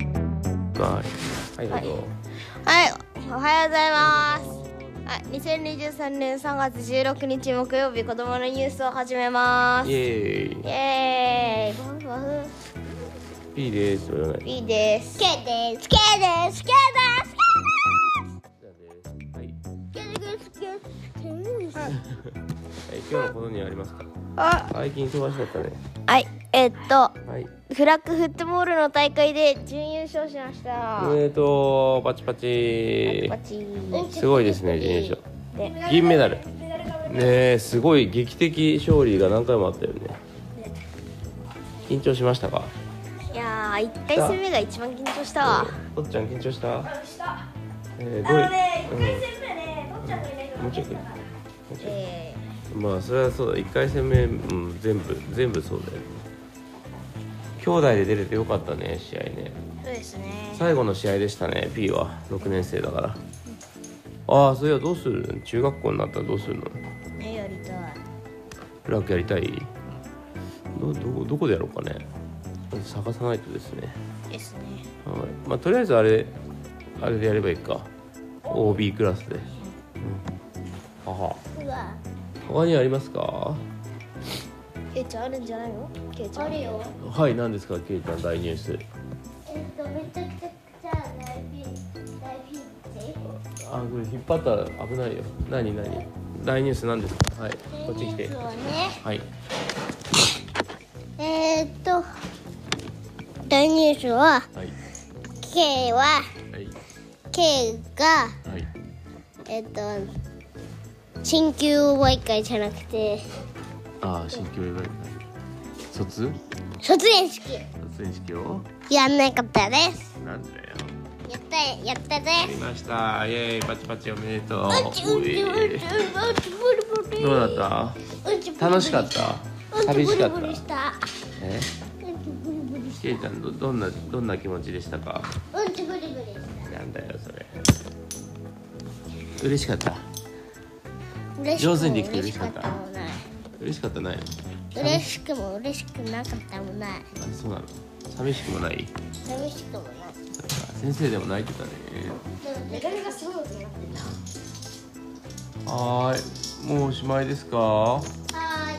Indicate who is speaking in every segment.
Speaker 1: はい
Speaker 2: はいどうぞ
Speaker 3: はい、おはようございます。はい、2023年3月16日木曜日、子供のニュースを始めます。
Speaker 2: イ
Speaker 3: イ
Speaker 2: エー
Speaker 3: エーイ、ふわふわふ、
Speaker 2: イピーですとは言わない
Speaker 3: B です。
Speaker 4: ケです。ケです。ケです。
Speaker 2: はい、
Speaker 4: ケです。ケです。
Speaker 2: え今日のことにありますか
Speaker 3: あ、
Speaker 2: 最近忙しかったね
Speaker 3: はい、えっと、
Speaker 2: はい
Speaker 3: フラッグフットボールの大会で準優勝しました。
Speaker 2: おめでとうパチパチ
Speaker 3: パチ
Speaker 2: すごいですね準優勝
Speaker 3: で、
Speaker 2: 銀メダルねえすごい劇的勝利が何回もあったよね緊張しましたか
Speaker 3: いやー、一回戦目が一番緊張したわ。
Speaker 2: とっちゃん緊張した
Speaker 4: した。
Speaker 2: えー、
Speaker 4: あ
Speaker 2: どうい
Speaker 4: の
Speaker 2: う
Speaker 4: ね、一
Speaker 2: ん
Speaker 4: 回戦目ね、とっちゃんがいないの。
Speaker 2: もうちょっともうちょっ
Speaker 3: え
Speaker 2: とまあそれはそうだ1回戦目、うん、全部全部そうだよね兄弟で出れてよかったね試合ね
Speaker 3: ー、そうですね。
Speaker 2: 最後の試合でしたね P は6年生だからああそれはどうするの中学校になったらどうするの
Speaker 3: ね、やりたい。
Speaker 2: フラッグやりたいどどこどこでやろうかね探さないとですね
Speaker 3: ですね。
Speaker 2: はいまあとりあえずあれあれでやればいいか OB クラスで、うん、はは
Speaker 4: うわ。
Speaker 2: 他にありますか
Speaker 3: ケイちゃんあるんじゃないのケイちゃん。
Speaker 4: あるよ。
Speaker 2: はい何ですかケイちゃん大ニュース
Speaker 4: えっと、めちゃくちゃ大ピン。大ピンチ。
Speaker 2: あこれ引っ張ったら危ないよ何何大ニュース何ですかはいこっち来て
Speaker 4: はね。
Speaker 2: はい
Speaker 4: えっと。大ニュース
Speaker 2: は
Speaker 4: は、
Speaker 2: い
Speaker 4: K は、
Speaker 2: はい
Speaker 4: K が、
Speaker 2: はい
Speaker 4: えっと、新旧覚え会じゃなくて、
Speaker 2: ああ新規ウェブ卒
Speaker 4: 卒園式
Speaker 2: 卒園式を
Speaker 4: やんなかったです。
Speaker 2: なんでだよ
Speaker 4: やった、やったで
Speaker 2: やりましたイエーイパチパチおめでとう
Speaker 4: す。うちうちうちうちブルブル。
Speaker 2: どうだっ
Speaker 4: うちブルブル
Speaker 2: た楽しかった
Speaker 4: うち
Speaker 2: 寂しかっ
Speaker 4: ブルブル
Speaker 2: た
Speaker 4: した。
Speaker 2: え
Speaker 4: うんちブルブルし
Speaker 2: ケイちゃんどどんなどんな気持ちでしたか
Speaker 4: た。うんちブルブルし
Speaker 2: なんだよそれ嬉しかった
Speaker 4: た。嬉しくも
Speaker 2: 上手にできて嬉しかった
Speaker 4: 嬉しもない
Speaker 2: 嬉しかったない
Speaker 4: 嬉しくも嬉しくなかったもない。
Speaker 2: あそうなの寂しくもない
Speaker 4: 寂しくもない。
Speaker 2: そっか先生でも泣いてたね
Speaker 4: なかなかすごいことになっ
Speaker 2: はーいもうおしまいですか
Speaker 4: た。はーい。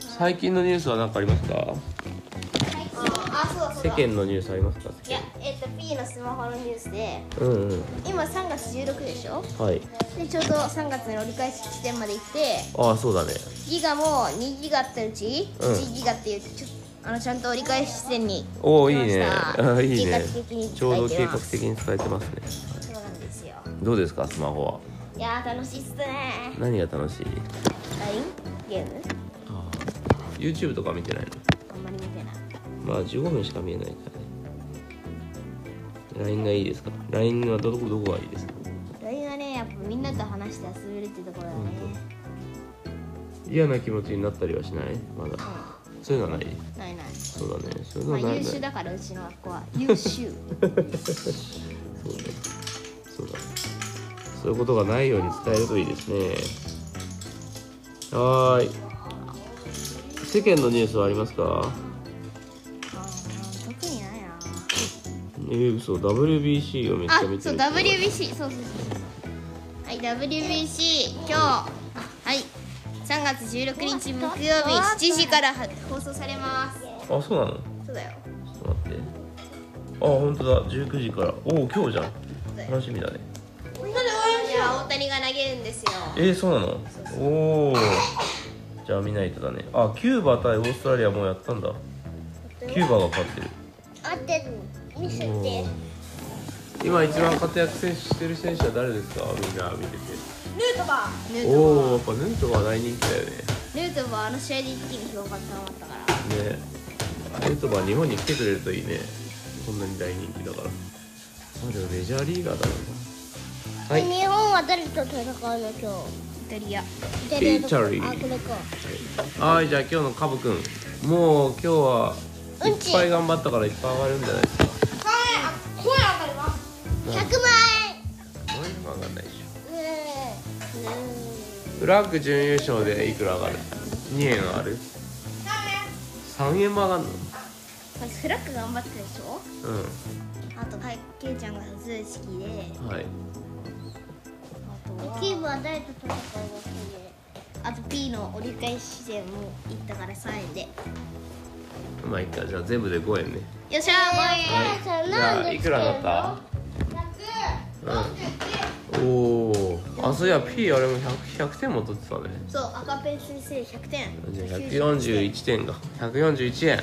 Speaker 2: 最近のニュースは何かありますか
Speaker 3: あ、そうだそう
Speaker 2: 世
Speaker 3: だ。
Speaker 2: 間のニュースありますか
Speaker 3: いや、えっ、と、P のスマホのニュースで、
Speaker 2: うんうん
Speaker 3: 今3月16でしょ
Speaker 2: はい
Speaker 3: で、ちょうど3月の折り返し地点まで行って、
Speaker 2: ああそうだね
Speaker 3: ギガも2ギガってうち、
Speaker 2: うん
Speaker 3: 1ギガっていう、ちょあのちゃんと折り返し地点に
Speaker 2: おおいい
Speaker 3: 来
Speaker 2: ね
Speaker 3: ま
Speaker 2: あ
Speaker 3: した
Speaker 2: いいね
Speaker 3: 計画的に
Speaker 2: ちょうど
Speaker 3: 使えて
Speaker 2: 計
Speaker 3: ま
Speaker 2: 画
Speaker 3: す
Speaker 2: 的に使えてますね
Speaker 3: そうなんですよ。
Speaker 2: どうですかスマホはい
Speaker 3: やー、楽しいっすね
Speaker 2: 何が楽しい
Speaker 3: LINE? ゲーム
Speaker 2: YouTube とか見てない
Speaker 3: あんまり見てない。
Speaker 2: のまあ15分しか見えないからね LINE がいいですか LINE はどこどこがいいですか
Speaker 3: LINE はね、やっぱみんなと話して遊べるってところだね。
Speaker 2: 嫌な気持ちになったりはしないまだそういうのはない
Speaker 3: ないない。
Speaker 2: そうだねそういうの
Speaker 3: ま
Speaker 2: はな
Speaker 3: あ、
Speaker 2: いない
Speaker 3: 優秀だから、うちの学校は。優
Speaker 2: そう
Speaker 3: 秀。
Speaker 2: だねそうだねそういうことがないように伝えるといいですねはーい世間のニュースはありますか
Speaker 3: あー特にないな。
Speaker 2: えー、嘘 WBC をめっち
Speaker 3: あ
Speaker 2: ゃ見て
Speaker 3: そう
Speaker 2: る
Speaker 3: WBC そうそうそうそうはい WBC 今日はい3月16日木曜日7時からは放送されます
Speaker 2: あそうなのち
Speaker 3: そうだよ
Speaker 2: ょっと待ってあ本当だ19時からおお今日じゃん楽しみだね
Speaker 3: いや大谷が投げるんですよ
Speaker 2: えー、そうなのおおじゃあ見ないとだねあキューバ対オーストラリアもうやったんだキューバが勝ってる
Speaker 4: あって見せて。
Speaker 2: 今一番活躍選手してる選手は誰ですかみんな見てて
Speaker 3: ヌートバ
Speaker 2: おおやっぱヌートバー大人気だよね
Speaker 3: ーヌートバーあの試合で一気に評価高まったから
Speaker 2: ねヌートバー日本に来てくれるといいねこんなに大人気だからまあでもメジャーリーガーだろうなはい
Speaker 4: 日本は誰と戦うの今
Speaker 3: イタリア
Speaker 4: 日。イタリアとか
Speaker 2: イタリア
Speaker 4: あ、これか。
Speaker 2: はいじゃあ今日のカブくんもう今日は
Speaker 4: う
Speaker 2: い
Speaker 4: ん
Speaker 2: っ
Speaker 4: ち
Speaker 2: ぱい頑張ったからいっぱい上がるんじゃないですかそんな
Speaker 4: 100万円。
Speaker 2: に上がんないでし
Speaker 4: うん。
Speaker 2: ょフラッグ準優勝でいくら上がる2円上がる3円3円も上がるの
Speaker 3: まずフラッグ頑張ってたでしょ
Speaker 2: うん
Speaker 3: あとかいけいちゃんが普通式で
Speaker 2: はい
Speaker 3: あと
Speaker 4: キー
Speaker 3: は
Speaker 4: ムは誰と戦うわ
Speaker 3: あと P の折り返し地点も行ったから3円でよ
Speaker 2: まあいっかじゃあ全部で5円ね
Speaker 3: っしゃー5円
Speaker 2: はい
Speaker 4: じゃあ
Speaker 2: じゃ
Speaker 4: な
Speaker 2: あ
Speaker 4: んで
Speaker 2: いくらだったうん、おおあそういや P あれも 100, 100点も取ってたね
Speaker 3: そう赤ペン先生100点
Speaker 2: じゃあ141点が141円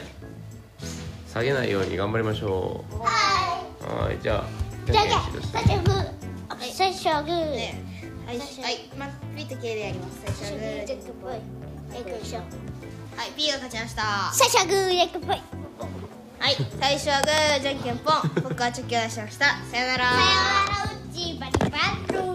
Speaker 2: 下げないように頑張りましょ
Speaker 4: けは
Speaker 2: うはいじゃあ
Speaker 4: いじゃあじゃ
Speaker 2: んけんしてくだ
Speaker 4: あ
Speaker 2: さい
Speaker 4: じゃあグー
Speaker 3: はい
Speaker 4: 最初はグー
Speaker 3: ねはい、
Speaker 4: 最初
Speaker 3: はい、まあ、ピーと K でやります。最初はグー、
Speaker 4: レッグボーイレッグショー
Speaker 3: はい、ピーが勝ちました。は
Speaker 4: 最初はグーレッグボーイ
Speaker 3: い、最初は グー、じゃんけんぽん、僕はチョキを出しました。さよなら。
Speaker 4: さよならうちバリバリ